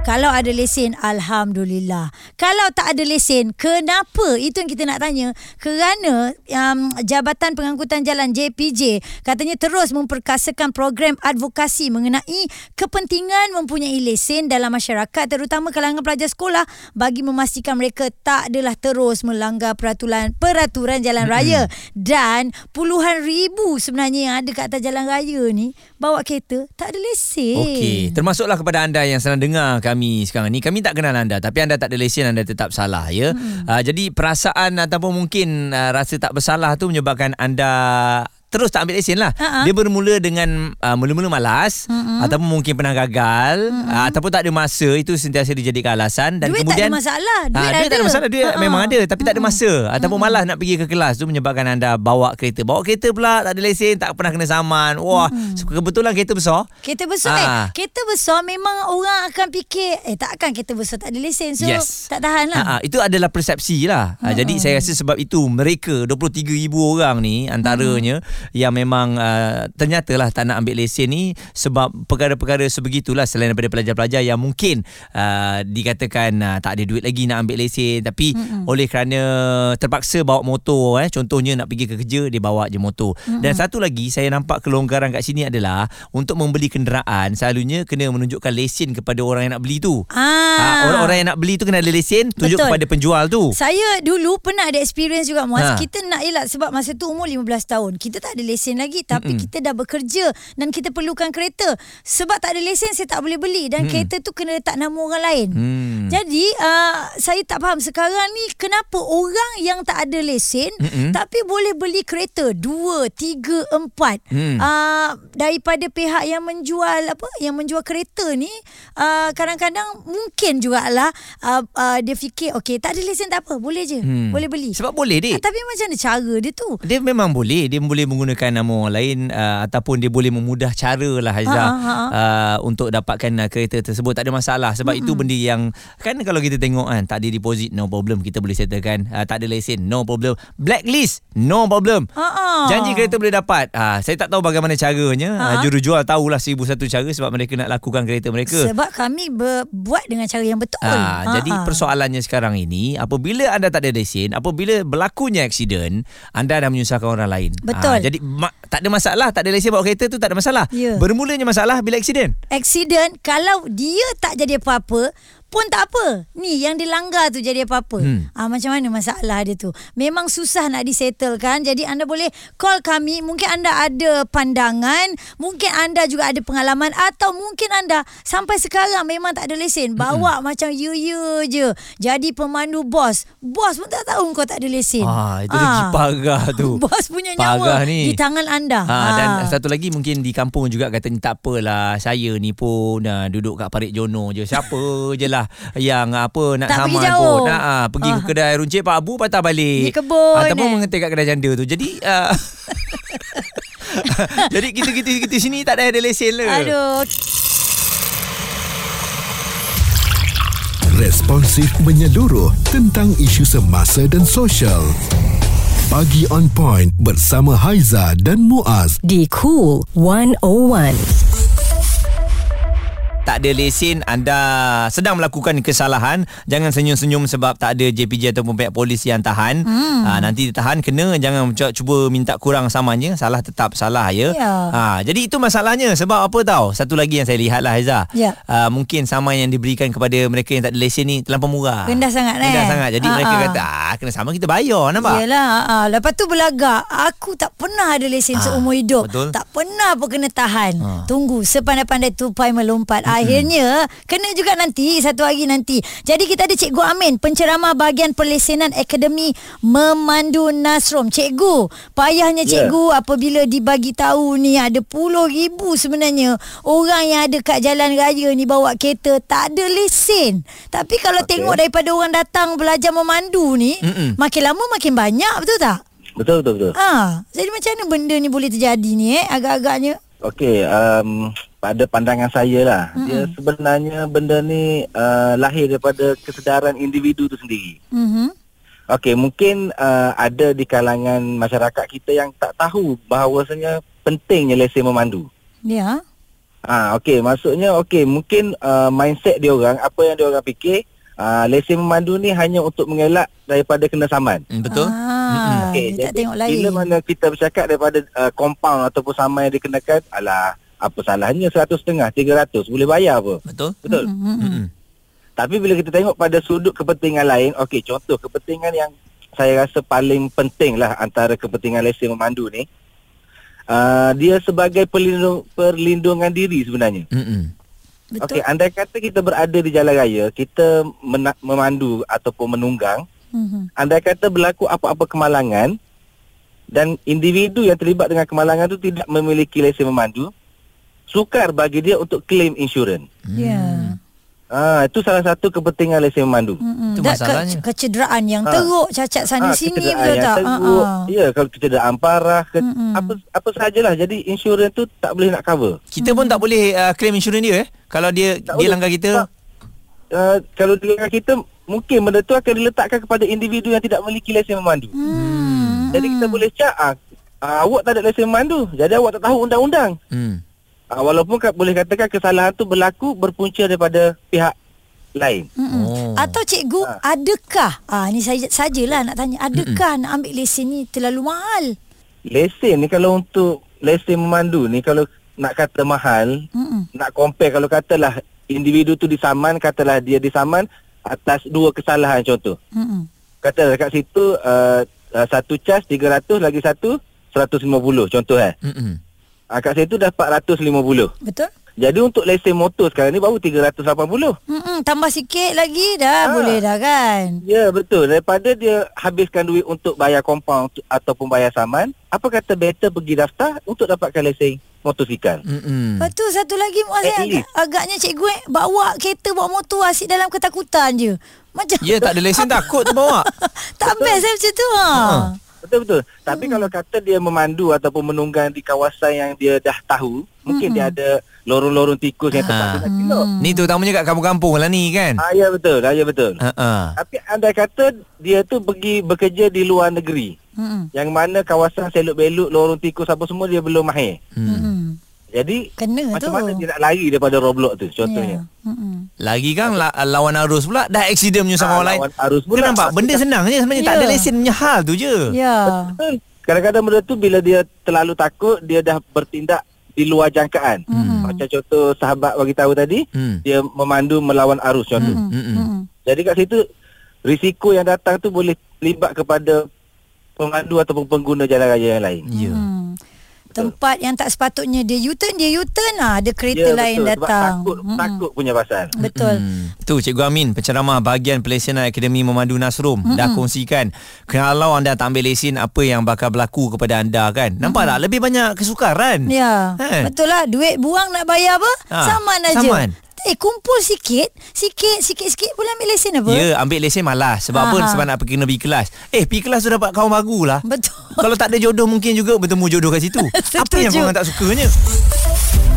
Kalau ada lesen, Alhamdulillah. Kalau tak ada lesen, kenapa? Itu yang kita nak tanya. Kerana um, Jabatan Pengangkutan Jalan JPJ katanya terus memperkasakan program advokasi mengenai kepentingan mempunyai lesen dalam masyarakat terutama kalangan pelajar sekolah bagi memastikan mereka tak adalah terus melanggar peraturan peraturan jalan raya dan puluhan ribu sebenarnya yang ada kat atas jalan raya ni bawa kereta tak ada lesen. Okey, termasuklah kepada anda yang sedang dengar kami sekarang ni. Kami tak kenal anda tapi anda tak ada lesen anda tetap salah ya. Hmm. Uh, jadi perasaan ataupun mungkin uh, rasa tak bersalah tu menyebabkan anda terus tak ambil lesen lah. Ha-ha. Dia bermula dengan uh, mula-mula malas mm-hmm. ataupun mungkin pernah gagal mm-hmm. uh, ataupun tak ada masa itu sentiasa dijadikan alasan dan Duit tak kemudian ada masalah. Duit Ah, duit ada. tak ada masalah Duit Ha-ha. memang ada Tapi tak ada masa Ataupun malas nak pergi ke kelas Tu menyebabkan anda Bawa kereta Bawa kereta pula Tak ada lesen Tak pernah kena saman Wah so, Kebetulan kereta besar Kereta besar ha. eh. Ah. Kereta besar memang orang akan fikir eh takkan kereta besar tak ada lesen so yes. tak tahan lah. Ha, itu adalah persepsi lah. Ha, Jadi saya rasa sebab itu mereka 23,000 orang ni antaranya Hmm. yang memang uh, ternyatalah tak nak ambil lesen ni sebab perkara-perkara sebegitulah selain daripada pelajar-pelajar yang mungkin uh, dikatakan uh, tak ada duit lagi nak ambil lesen tapi Hmm. oleh kerana terpaksa bawa motor eh contohnya nak pergi ke kerja dia bawa je motor. Hmm. Dan satu lagi saya nampak kelonggaran kat sini adalah untuk membeli kenderaan selalunya kena menunjukkan lesen kepada orang yang nak beli tu. Ah. Ha, orang-orang yang nak beli tu kena ada lesen Betul. tunjuk Betul. kepada penjual tu. Saya dulu pernah ada experience juga Muaz. Ha. Ha. Kita nak elak sebab masa tu umur 15 tahun. Kita tak ada lesen lagi tapi Mm-mm. kita dah bekerja dan kita perlukan kereta. Sebab tak ada lesen saya tak boleh beli dan mm. kereta tu kena letak nama orang lain. Hmm. Jadi uh, saya tak faham sekarang ni kenapa orang yang tak ada lesen Mm-mm. tapi boleh beli kereta dua, tiga, empat mm. Mm. uh, daripada pihak yang menjual apa yang menjual kereta ni uh, kadang-kadang mungkin jugalah uh, uh, dia fikir okey tak ada lesen tak apa boleh je mm. boleh beli. Sebab boleh Ah, dik. tapi macam mana cara dia tu? Dia memang boleh, dia boleh menggunakan nama orang lain uh, ataupun dia boleh memudah cara lah Haizah Ha, ha, ha. uh, untuk dapatkan uh, kereta tersebut tak ada masalah sebab mm-hmm. itu benda yang kan kalau kita tengok kan tak ada deposit no problem kita boleh settlekan uh, tak ada lesen no problem blacklist no problem Ha-ha. janji kereta boleh dapat uh, saya tak tahu bagaimana caranya uh, Ha-ha. jurujual tahulah seribu satu cara sebab mereka nak lakukan kereta mereka Sebab kami berbuat dengan cara yang betul. Ah, Ah, jadi ah. persoalannya sekarang ini apabila anda tak ada lesen, apabila berlakunya aksiden, anda dah menyusahkan orang lain. Betul. Ah, jadi ma- tak ada masalah, tak ada lesen bawa kereta tu tak ada masalah. Ya. Bermulanya masalah bila aksiden. accident kalau dia tak jadi apa-apa pun tak apa. Ni yang dilanggar tu jadi apa-apa. Hmm. Hmm. Ah macam mana masalah dia tu? Memang susah nak disettlekan. Jadi anda boleh call kami. Mungkin anda ada pandangan, mungkin anda juga ada pengalaman atau mungkin anda sampai sekarang memang tak ada lesen. Bawa hmm. macam ya-ya je. Jadi pemandu bos. Bos pun tak tahu kau tak ada lesen. Ah, itu lagi parah tu. Bos punya nyawa Parah ni. di tangan anda. Ah. Ha, dan satu lagi mungkin di kampung juga katanya tak apalah saya ni pun ha, duduk kat Parit Jono je siapa je lah yang apa nak Tak pergi saman jauh. pun nak ha, pergi ke Ah. kedai runcit Pak Abu patah balik Pergi kebun, ataupun eh. mengetik kat kedai janda tu jadi uh, jadi kita-kita kita sini tak ada ada lesen le Aduh, Responsif menyeluruh tentang isu semasa dan sosial. Pagi on point bersama Haiza dan Muaz. Di Cool 101. tak ada lesen anda sedang melakukan kesalahan jangan senyum-senyum sebab tak ada JPJ ataupun pihak polis yang tahan hmm. ha, nanti ditahan kena jangan cu- cuba minta kurang samanya salah tetap salah ya Ya. ha, jadi itu masalahnya sebab apa tahu satu lagi yang saya lihat lah Haiza Ya. ha, mungkin saman yang diberikan kepada mereka yang tak ada lesen ni terlampau murah Rendah sangat, eh? rendah sangat jadi Ha, mereka ha. kata ah, kena sama kita bayar nampak Yelah uh, Lepas tu belagak Aku tak pernah ada lesen ha, Ah, seumur hidup betul. Tak pernah pun kena tahan ha. Ah. Tunggu sepandai-pandai tupai melompat mm-hmm. Akhirnya Kena juga nanti Satu hari nanti Jadi kita ada Cikgu Amin Penceramah bahagian perlesenan Akademi Memandu Nasrom Cikgu Payahnya cikgu yeah. Apabila dibagi tahu ni Ada puluh ribu sebenarnya Orang yang ada kat jalan raya ni Bawa kereta Tak ada lesen Tapi kalau okay. tengok daripada orang datang Belajar memandu ni Mm-mm. Makin lama makin banyak betul tak? Betul betul betul. Ha, jadi macam mana benda ni boleh terjadi ni eh agak-agaknya? Okey, um, pada pandangan saya lah, mm-hmm. dia sebenarnya benda ni uh, lahir daripada kesedaran individu tu sendiri. Mhm. Okey, mungkin uh, ada di kalangan masyarakat kita yang tak tahu bahawasanya pentingnya lesen memandu. Ya. Ah, okey, maksudnya okey, mungkin uh, mindset dia orang, apa yang dia orang fikir, uh, lesen memandu ni hanya untuk mengelak daripada kena saman. Hmm, Betul? Ah, okay, tak tengok lain. Bila mana kita bercakap daripada uh, compound ataupun saman yang dikenakan, alah, apa salahnya 100.5, 300, boleh bayar apa? Betul? Betul. Hmm. Hmm. Tapi bila kita tengok pada sudut kepentingan lain, okey contoh kepentingan yang saya rasa paling penting lah antara kepentingan lesen memandu ni, uh, dia sebagai perlindung, perlindungan diri sebenarnya. Hmm. Hmm. Okey, andai kata kita berada di jalan raya, kita mena- memandu ataupun menunggang, Mhm. andai kata berlaku apa-apa kemalangan dan individu yang terlibat dengan kemalangan itu tidak memiliki lesen memandu, sukar bagi dia untuk claim insurans. Ya. Hmm. Ah, itu salah satu kepentingan lesen memandu. Mm-mm. Itu Dan masalahnya. Hmm. ke- kecederaan yang Ah. teruk cacat sana Ah, Mhm. sini kecederaan betul yang tak? Mhm. Ah, teruk. ah. Ya, kalau kecederaan parah, ke, Mm-mm. apa apa sajalah. Jadi insurans tu tak boleh nak cover. Kita Hmm. pun tak boleh uh, claim insurans dia eh. Kalau dia Tak dia boleh. langgar kita. Tak. Uh, kalau dengan kita mungkin benda tu akan diletakkan kepada individu yang tidak memiliki lesen memandu. Hmm. Jadi kita boleh cak ah, ah, awak tak ada lesen memandu. Jadi awak tak tahu undang-undang. Hmm. Ah, walaupun kat, boleh katakan kesalahan tu berlaku berpunca daripada pihak lain. Mm-mm. Oh. Atau cikgu adakah ah ni saya sajalah nak tanya adakah nak ambil lesen ni terlalu mahal? Lesen ni kalau untuk lesen memandu ni kalau nak kata mahal, Mm-mm. nak compare kalau katalah individu tu disaman katalah dia disaman atas dua kesalahan contoh Mm-mm. katalah kat situ uh, uh, satu cas 300 lagi satu 150 contoh eh Hmm. Hmm. uh, kat situ dah 450 Betul? jadi untuk lesen motor sekarang ni baru 380 Mm-mm. tambah sikit lagi dah Ah. boleh dah kan. ya betul daripada dia habiskan duit untuk bayar compound tu- ataupun bayar saman apa kata better pergi daftar untuk dapatkan lesen motosikal Hmm. Hmm. Lepas tu satu lagi Muaz At eh, agak, least. agaknya cikgu eh, bawa kereta bawa motor asyik dalam ketakutan je. Macam Ya tak ada lesen takut tu bawa. tak best eh, macam tu ha. Betul betul. Tapi kalau kata dia memandu ataupun menunggang di kawasan yang dia dah tahu, mungkin dia ada lorong-lorong tikus yang tempat Ah. tu nak kilo. Ni terutamanya kat kampung-kampung lah ni kan. Ah ya betul, ah, ya betul. Ha ah. Tapi andai kata dia tu pergi bekerja di luar negeri, Mm-mm. yang mana kawasan selok-belok, lorong tikus apa semua dia belum mahir. Mm-mm. Jadi Hmm. Kena macam tu. mana dia nak lari daripada roadblock tu Ya. contohnya. Mm-mm. Lagi kan la, lawan arus pula dah accident punya sama Ah, orang lain. lawan arus pula. Kau nampak benda senang je sebenarnya tak Ya. ada lesen punya hal tu je. Ya. Betul. Hmm. Kadang-kadang benda tu bila dia terlalu takut, dia dah bertindak di luar jangkaan. Mm-mm. Macam contoh sahabat bagi tahu tadi, Hmm. dia memandu melawan arus contoh. Mm-mm. Mm-mm. Mm-mm. Jadi kat situ risiko yang datang tu boleh libat kepada pemandu ataupun pengguna jalan raya yang lain. Ya. Hmm. Tempat yang tak sepatutnya dia U-turn, dia U-turn lah. Ada kereta Ya, ya, lain betul. datang. Sebab takut, Mm-mm. takut punya pasal. Betul. Hmm. Tu Cikgu Amin penceramah bahagian Pelesianan Akademi Memandu Nasrum mm-hmm. dah kongsikan kalau anda tak ambil lesen apa yang bakal berlaku kepada anda kan. Nampak mm-hmm. tak lebih banyak kesukaran. Ya. Kan? Betul lah. Duit buang nak bayar apa? Ah, Saman aja. saman. Eh kumpul sikit, sikit, sikit-sikit boleh ambil lesen apa? Ya, ambil lesen malas sebab apa? Aha. Sebab nak pergi kena pergi kelas. Eh, pergi kelas tu dapat kawan baru lah. Betul. Kalau tak ada jodoh mungkin juga bertemu jodoh kat situ. apa yang Setuju. korang tak sukanya?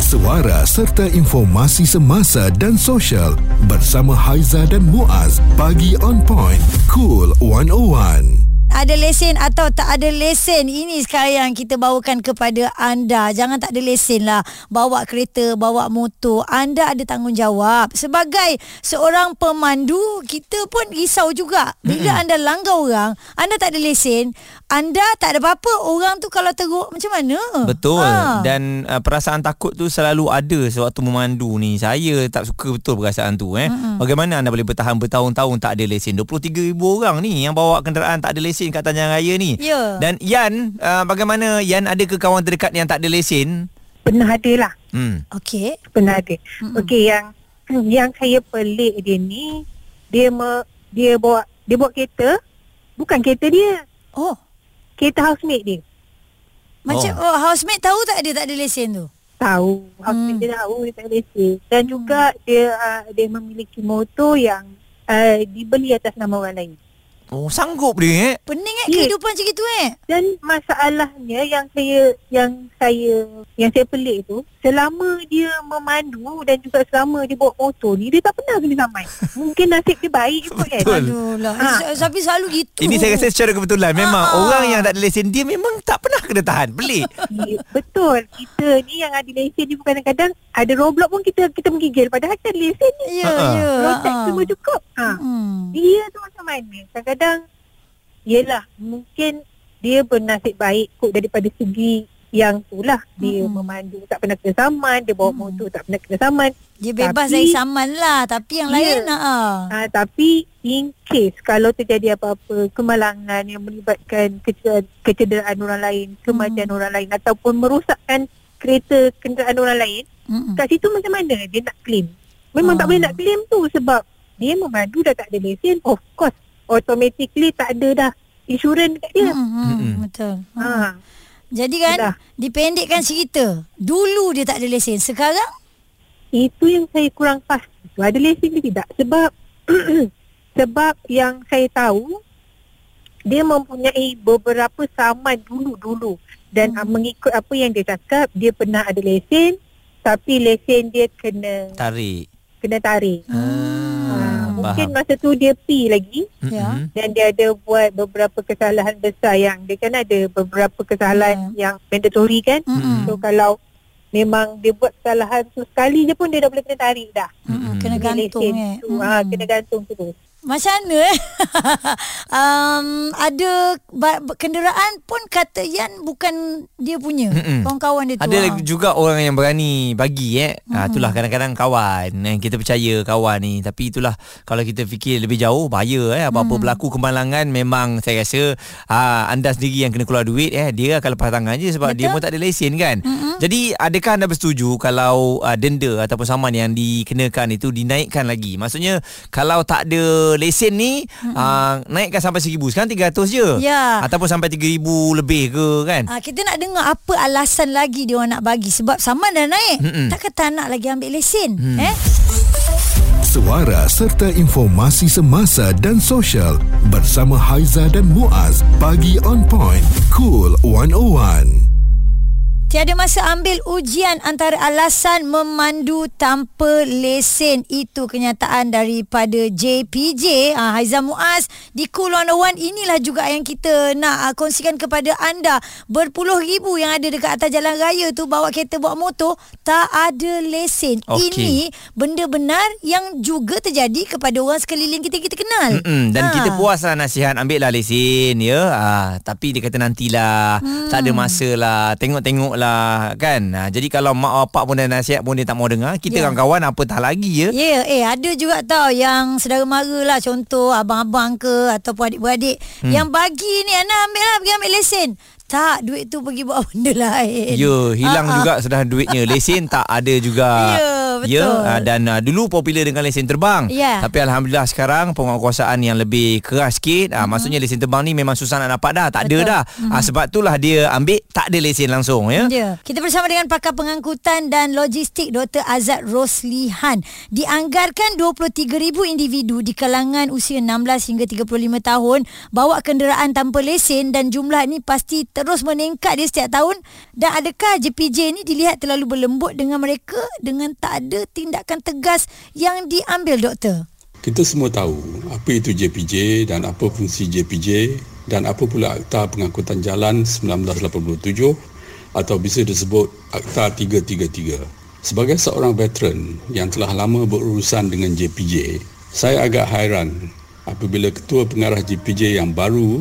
Suara serta informasi semasa dan sosial bersama Haiza dan Muaz. Pagi on point. Cool 101. Ada lesen atau tak ada lesen Ini sekarang kita bawakan kepada anda Jangan tak ada lesen lah Bawa kereta, bawa motor Anda ada tanggungjawab Sebagai seorang pemandu Kita pun risau juga Bila anda langgar orang Anda tak ada lesen Anda tak ada apa-apa Orang tu kalau teruk macam mana Betul Ha. dan uh, perasaan takut tu selalu ada sewaktu memandu ni. Saya tak suka betul perasaan tu eh. Mm-hmm. Bagaimana anda boleh bertahan bertahun-tahun tak ada lesen? 23,000 orang ni yang bawa kenderaan tak ada lesen kat tanjakan raya ni. Ya. Dan Yan, uh, bagaimana Yan ada ke kawan terdekat yang tak ada lesen? Pernah ada lah Hmm. Okey Pernah ada mm-hmm. Okey yang Yang saya pelik dia ni Dia me, Dia bawa Dia bawa kereta Bukan kereta dia Oh Kereta housemate dia Macam oh. oh housemate tahu tak dia tak ada lesen tu Tahu Housemate Hmm. dia tahu Dia tak lesen Dan ah, juga Dia uh, Dia memiliki motor yang uh, Dibeli atas ah, nama orang lain Oh, sanggup dia eh. Pening eh Ya. kehidupan macam gitu eh. Dan masalahnya yang saya yang saya yang saya pelik tu selama dia memandu dan juga selama dia bawa motor ni dia tak pernah kena samai. Mungkin nasib dia baik kot kan. Betul. Aduh lah. Ha. Ha. Tapi selalu gitu. Ini saya rasa secara kebetulan Memang Ah. orang yang tak ada lesen Dia memang tak pernah kena tahan Pelik Ya, Betul. Kita ni yang ada lesen ni bukan kadang ada roadblock pun kita kita menggigil padahal kita ada lesen ni. Ya, Ha-ha. ya. Protect ha. semua cukup. Ha. Hmm. Dia tu macam mana? Kadang-kadang Yelah Mungkin Dia bernasib baik kot Daripada segi Yang tu lah Dia Mm-mm. hmm. memandu Tak pernah kena saman Dia bawa Mm. motor Tak pernah kena saman Dia bebas Tapi- dari saman lah. Tapi yang Ya. lain ha. ha, Tapi In case Kalau terjadi apa-apa Kemalangan Yang melibatkan kece- Kecederaan orang lain Kematian Mm. orang lain Ataupun merosakkan Kereta Kenderaan orang lain Mm-mm. Kat situ macam mana Dia nak claim Memang Ah. tak boleh nak claim tu Sebab Dia memandu dah tak ada lesen Of course Automatically tak ada dah Insurans kat dia Mm-mm. Mm-mm. Mm-mm. Hmm, Betul. Ha. Ha. Jadi kan Dah. dipendekkan cerita. Dulu dia tak ada lesen. Sekarang Itu yang saya kurang pasti tu. Ada lesen ke tidak? Sebab sebab yang saya tahu dia mempunyai beberapa saman dulu-dulu dan Hmm. hmm. mengikut apa yang dia cakap dia pernah ada lesen tapi lesen dia kena Tarik kena tarik. Ah, Ha, mungkin Faham Hmm. masa tu dia pi lagi Ya. Mm-mm. dan dia ada buat beberapa kesalahan besar yang dia kan ada beberapa Ya. kesalahan yang mandatory kan. Mm-mm. So kalau memang dia buat kesalahan tu sekali je pun dia dah boleh kena tarik dah. Mm-mm. Mhm, kena Kena gantung eh. tu, ha, Mm-mm. kena gantung terus. Macam mana eh? um, ada ba- kenderaan pun kata Yan bukan dia punya. Mm-mm. Kawan-kawan dia tu. Ada ha. lagi juga orang yang berani bagi eh. Hmm. Ha, itulah kadang-kadang kawan. Eh, kita percaya kawan ni. Tapi itulah kalau kita fikir lebih jauh bahaya eh. Apa-apa hmm. berlaku kemalangan memang saya rasa ha, anda sendiri yang kena keluar duit eh. Dia akan lepas tangan je sebab Betul. dia Betul. pun tak ada lesen kan. Hmm. Jadi adakah anda bersetuju kalau uh, denda ataupun saman yang dikenakan itu dinaikkan lagi? Maksudnya kalau tak ada lesen ni hmm. uh, naikkan sampai 1000. Sekarang 300 je. Ya. Ataupun sampai 3000 lebih ke kan? Ah, kita nak dengar apa alasan lagi dia orang nak bagi sebab saman dah naik. Mm-mm. Mm. Takkan tak nak lagi ambil lesen, eh? Suara serta informasi semasa dan sosial bersama Haiza dan Muaz bagi on point cool 101. Tiada masa ambil ujian antara alasan memandu tanpa lesen. Itu kenyataan daripada JPJ ah, Haizan Muaz di Cool 101. Inilah juga yang kita nak ah, kongsikan kepada anda. Berpuluh ribu yang ada dekat atas jalan raya tu bawa kereta bawa motor tak ada lesen. Okey. Ini benda benar yang juga terjadi kepada orang sekeliling kita yang kita kenal. Mm-mm, dan Ah. ha. kita puaslah nasihat ambillah lesen ya. Ah tapi dia kata nantilah, hmm. tak ada masa lah, tengok-tengoklah kan. Ah, jadi kalau mak bapak pun dah nasihat pun dia tak mau dengar, Ya. kita yeah. kawan-kawan apatah lagi ya. Yeah. Ya, yeah, eh ada juga tau yang saudara mara lah contoh abang-abang ke ataupun adik-beradik hmm. yang bagi ni Ana ambil lah pergi ambil lesen. Tak, duit tu pergi buat benda lain. Ya, hilang Ah, ah. uh juga sudah duitnya. Lesen tak ada juga. Ya, betul. Ya, ah, dan uh, dulu popular dengan lesen terbang. Ya. Tapi alhamdulillah sekarang penguatkuasaan yang lebih keras sikit. Uh, Maksudnya lesen terbang ni memang susah nak dapat dah, tak Betul. ada dah. Mm-hmm. Uh, sebab itulah dia ambil tak ada lesen langsung ya. Ya. Kita bersama dengan pakar pengangkutan dan logistik Dr. Azad Roslihan. Dianggarkan 23,000 individu di kalangan usia 16 hingga 35 tahun bawa kenderaan tanpa lesen dan jumlah ni pasti terus meningkat dia setiap tahun. Dan adakah JPJ ni dilihat terlalu berlembut dengan mereka dengan tak ada tindakan tegas yang diambil doktor? Kita semua tahu apa itu JPJ dan apa fungsi JPJ dan apa pula Akta Pengangkutan Jalan 1987 atau bisa disebut Akta 333. Sebagai seorang veteran yang telah lama berurusan dengan JPJ, saya agak hairan apabila Ketua Pengarah JPJ yang baru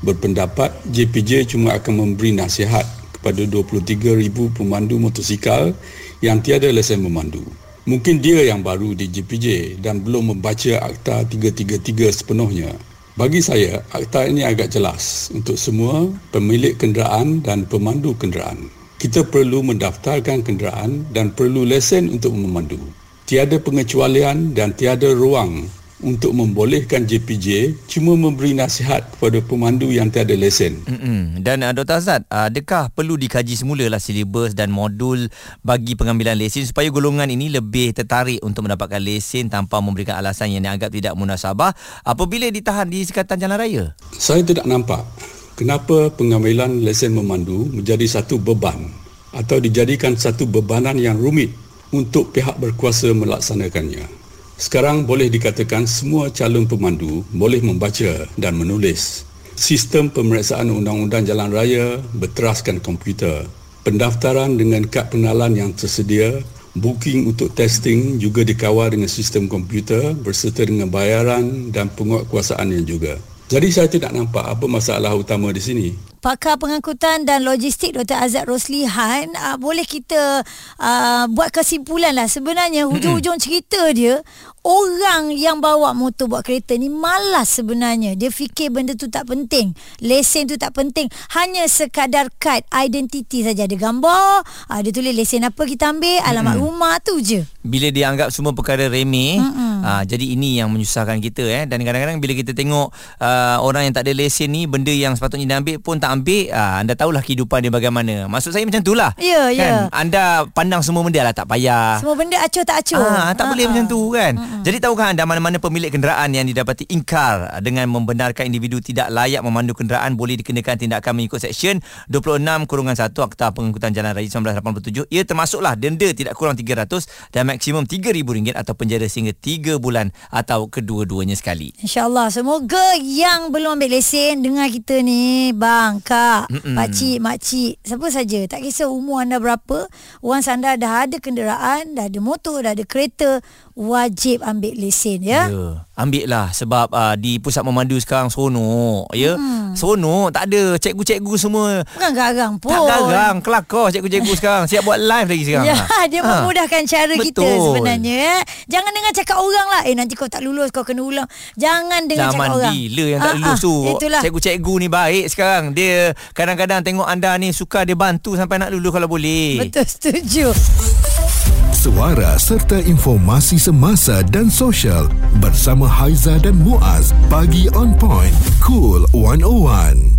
berpendapat JPJ cuma akan memberi nasihat kepada 23,000 pemandu motosikal yang tiada lesen memandu. Mungkin dia yang baru di JPJ dan belum membaca Akta 333 sepenuhnya. Bagi saya, akta ini agak jelas untuk semua pemilik kenderaan dan pemandu kenderaan. Kita perlu mendaftarkan kenderaan dan perlu lesen untuk memandu. Tiada pengecualian dan tiada ruang untuk membolehkan JPJ cuma memberi nasihat kepada pemandu yang tiada lesen. Mm-mm. Dan uh, Dr. Azad, uh, adakah perlu dikaji semulalah silibus dan modul bagi pengambilan lesen supaya golongan ini lebih tertarik untuk mendapatkan lesen tanpa memberikan alasan yang dianggap tidak munasabah apabila ditahan di Sekatan Jalan Raya? Saya tidak nampak kenapa pengambilan lesen memandu menjadi satu beban atau dijadikan satu bebanan yang rumit untuk pihak berkuasa melaksanakannya. Sekarang boleh dikatakan semua calon pemandu boleh membaca dan menulis. Sistem pemeriksaan undang-undang jalan raya berteraskan komputer. Pendaftaran dengan kad pengenalan yang tersedia, booking untuk testing juga dikawal dengan sistem komputer berserta dengan bayaran dan penguatkuasaannya juga. Jadi saya tidak nampak apa masalah utama di sini. Pakar Pengangkutan dan Logistik Dr. Azad Roslihan uh, boleh kita uh, buat kesimpulan lah sebenarnya hujung-hujung cerita dia orang yang bawa motor buat kereta ni malas sebenarnya dia fikir benda tu tak penting lesen tu tak penting hanya sekadar kad identiti saja ada gambar uh, dia tulis lesen apa kita ambil alamat rumah tu je bila dia anggap semua perkara remeh aa, jadi ini yang menyusahkan kita eh dan kadang-kadang bila kita tengok aa, orang yang tak ada lesen ni benda yang sepatutnya dia ambil pun tak ambil aa, anda tahulah kehidupan dia bagaimana maksud saya macam itulah Ya, kan ya. anda pandang semua benda lah tak payah semua benda acuh tak acuh Ah, tak boleh Ah, macam ah. tu kan. Jadi tahukah anda mana-mana pemilik kenderaan yang didapati ingkar dengan membenarkan individu tidak layak memandu kenderaan boleh dikenakan tindakan mengikut seksyen 26 kurungan 1 Akta Pengangkutan Jalan Raya 1987. Ia termasuklah denda tidak kurang 300 dan maksimum RM3,000 atau penjara sehingga 3 bulan atau kedua-duanya sekali. InsyaAllah Semoga yang belum ambil lesen Dengar kita ni Bang, kak, Mm-mm. Mm-mm. pakcik, makcik Siapa saja Tak kisah umur anda berapa Once anda dah ada kenderaan Dah ada motor Dah ada kereta Wajib ambil lesen ya yeah. Ya, ambil lah sebab uh, di pusat memandu sekarang seronok ya. Seronok, tak ada cikgu-cikgu semua Bukan garang pun Tak garang Kelakor cikgu-cikgu sekarang Siap buat live lagi sekarang Ya, Ha. dia Ha. memudahkan cara kita Betul. sebenarnya. Eh. Jangan dengar cakap orang lah. Eh, nanti kau tak lulus, kau kena ulang. Jangan dengar Zaman cakap orang. bila yang tak Ah, lulus ah, tu Itulah. Cikgu-cikgu ni baik sekarang Dia kadang-kadang tengok anda ni Suka dia bantu sampai nak lulus kalau boleh Betul, setuju. Suara serta informasi semasa dan sosial bersama Haiza dan Muaz. Pagi on point. Cool 101.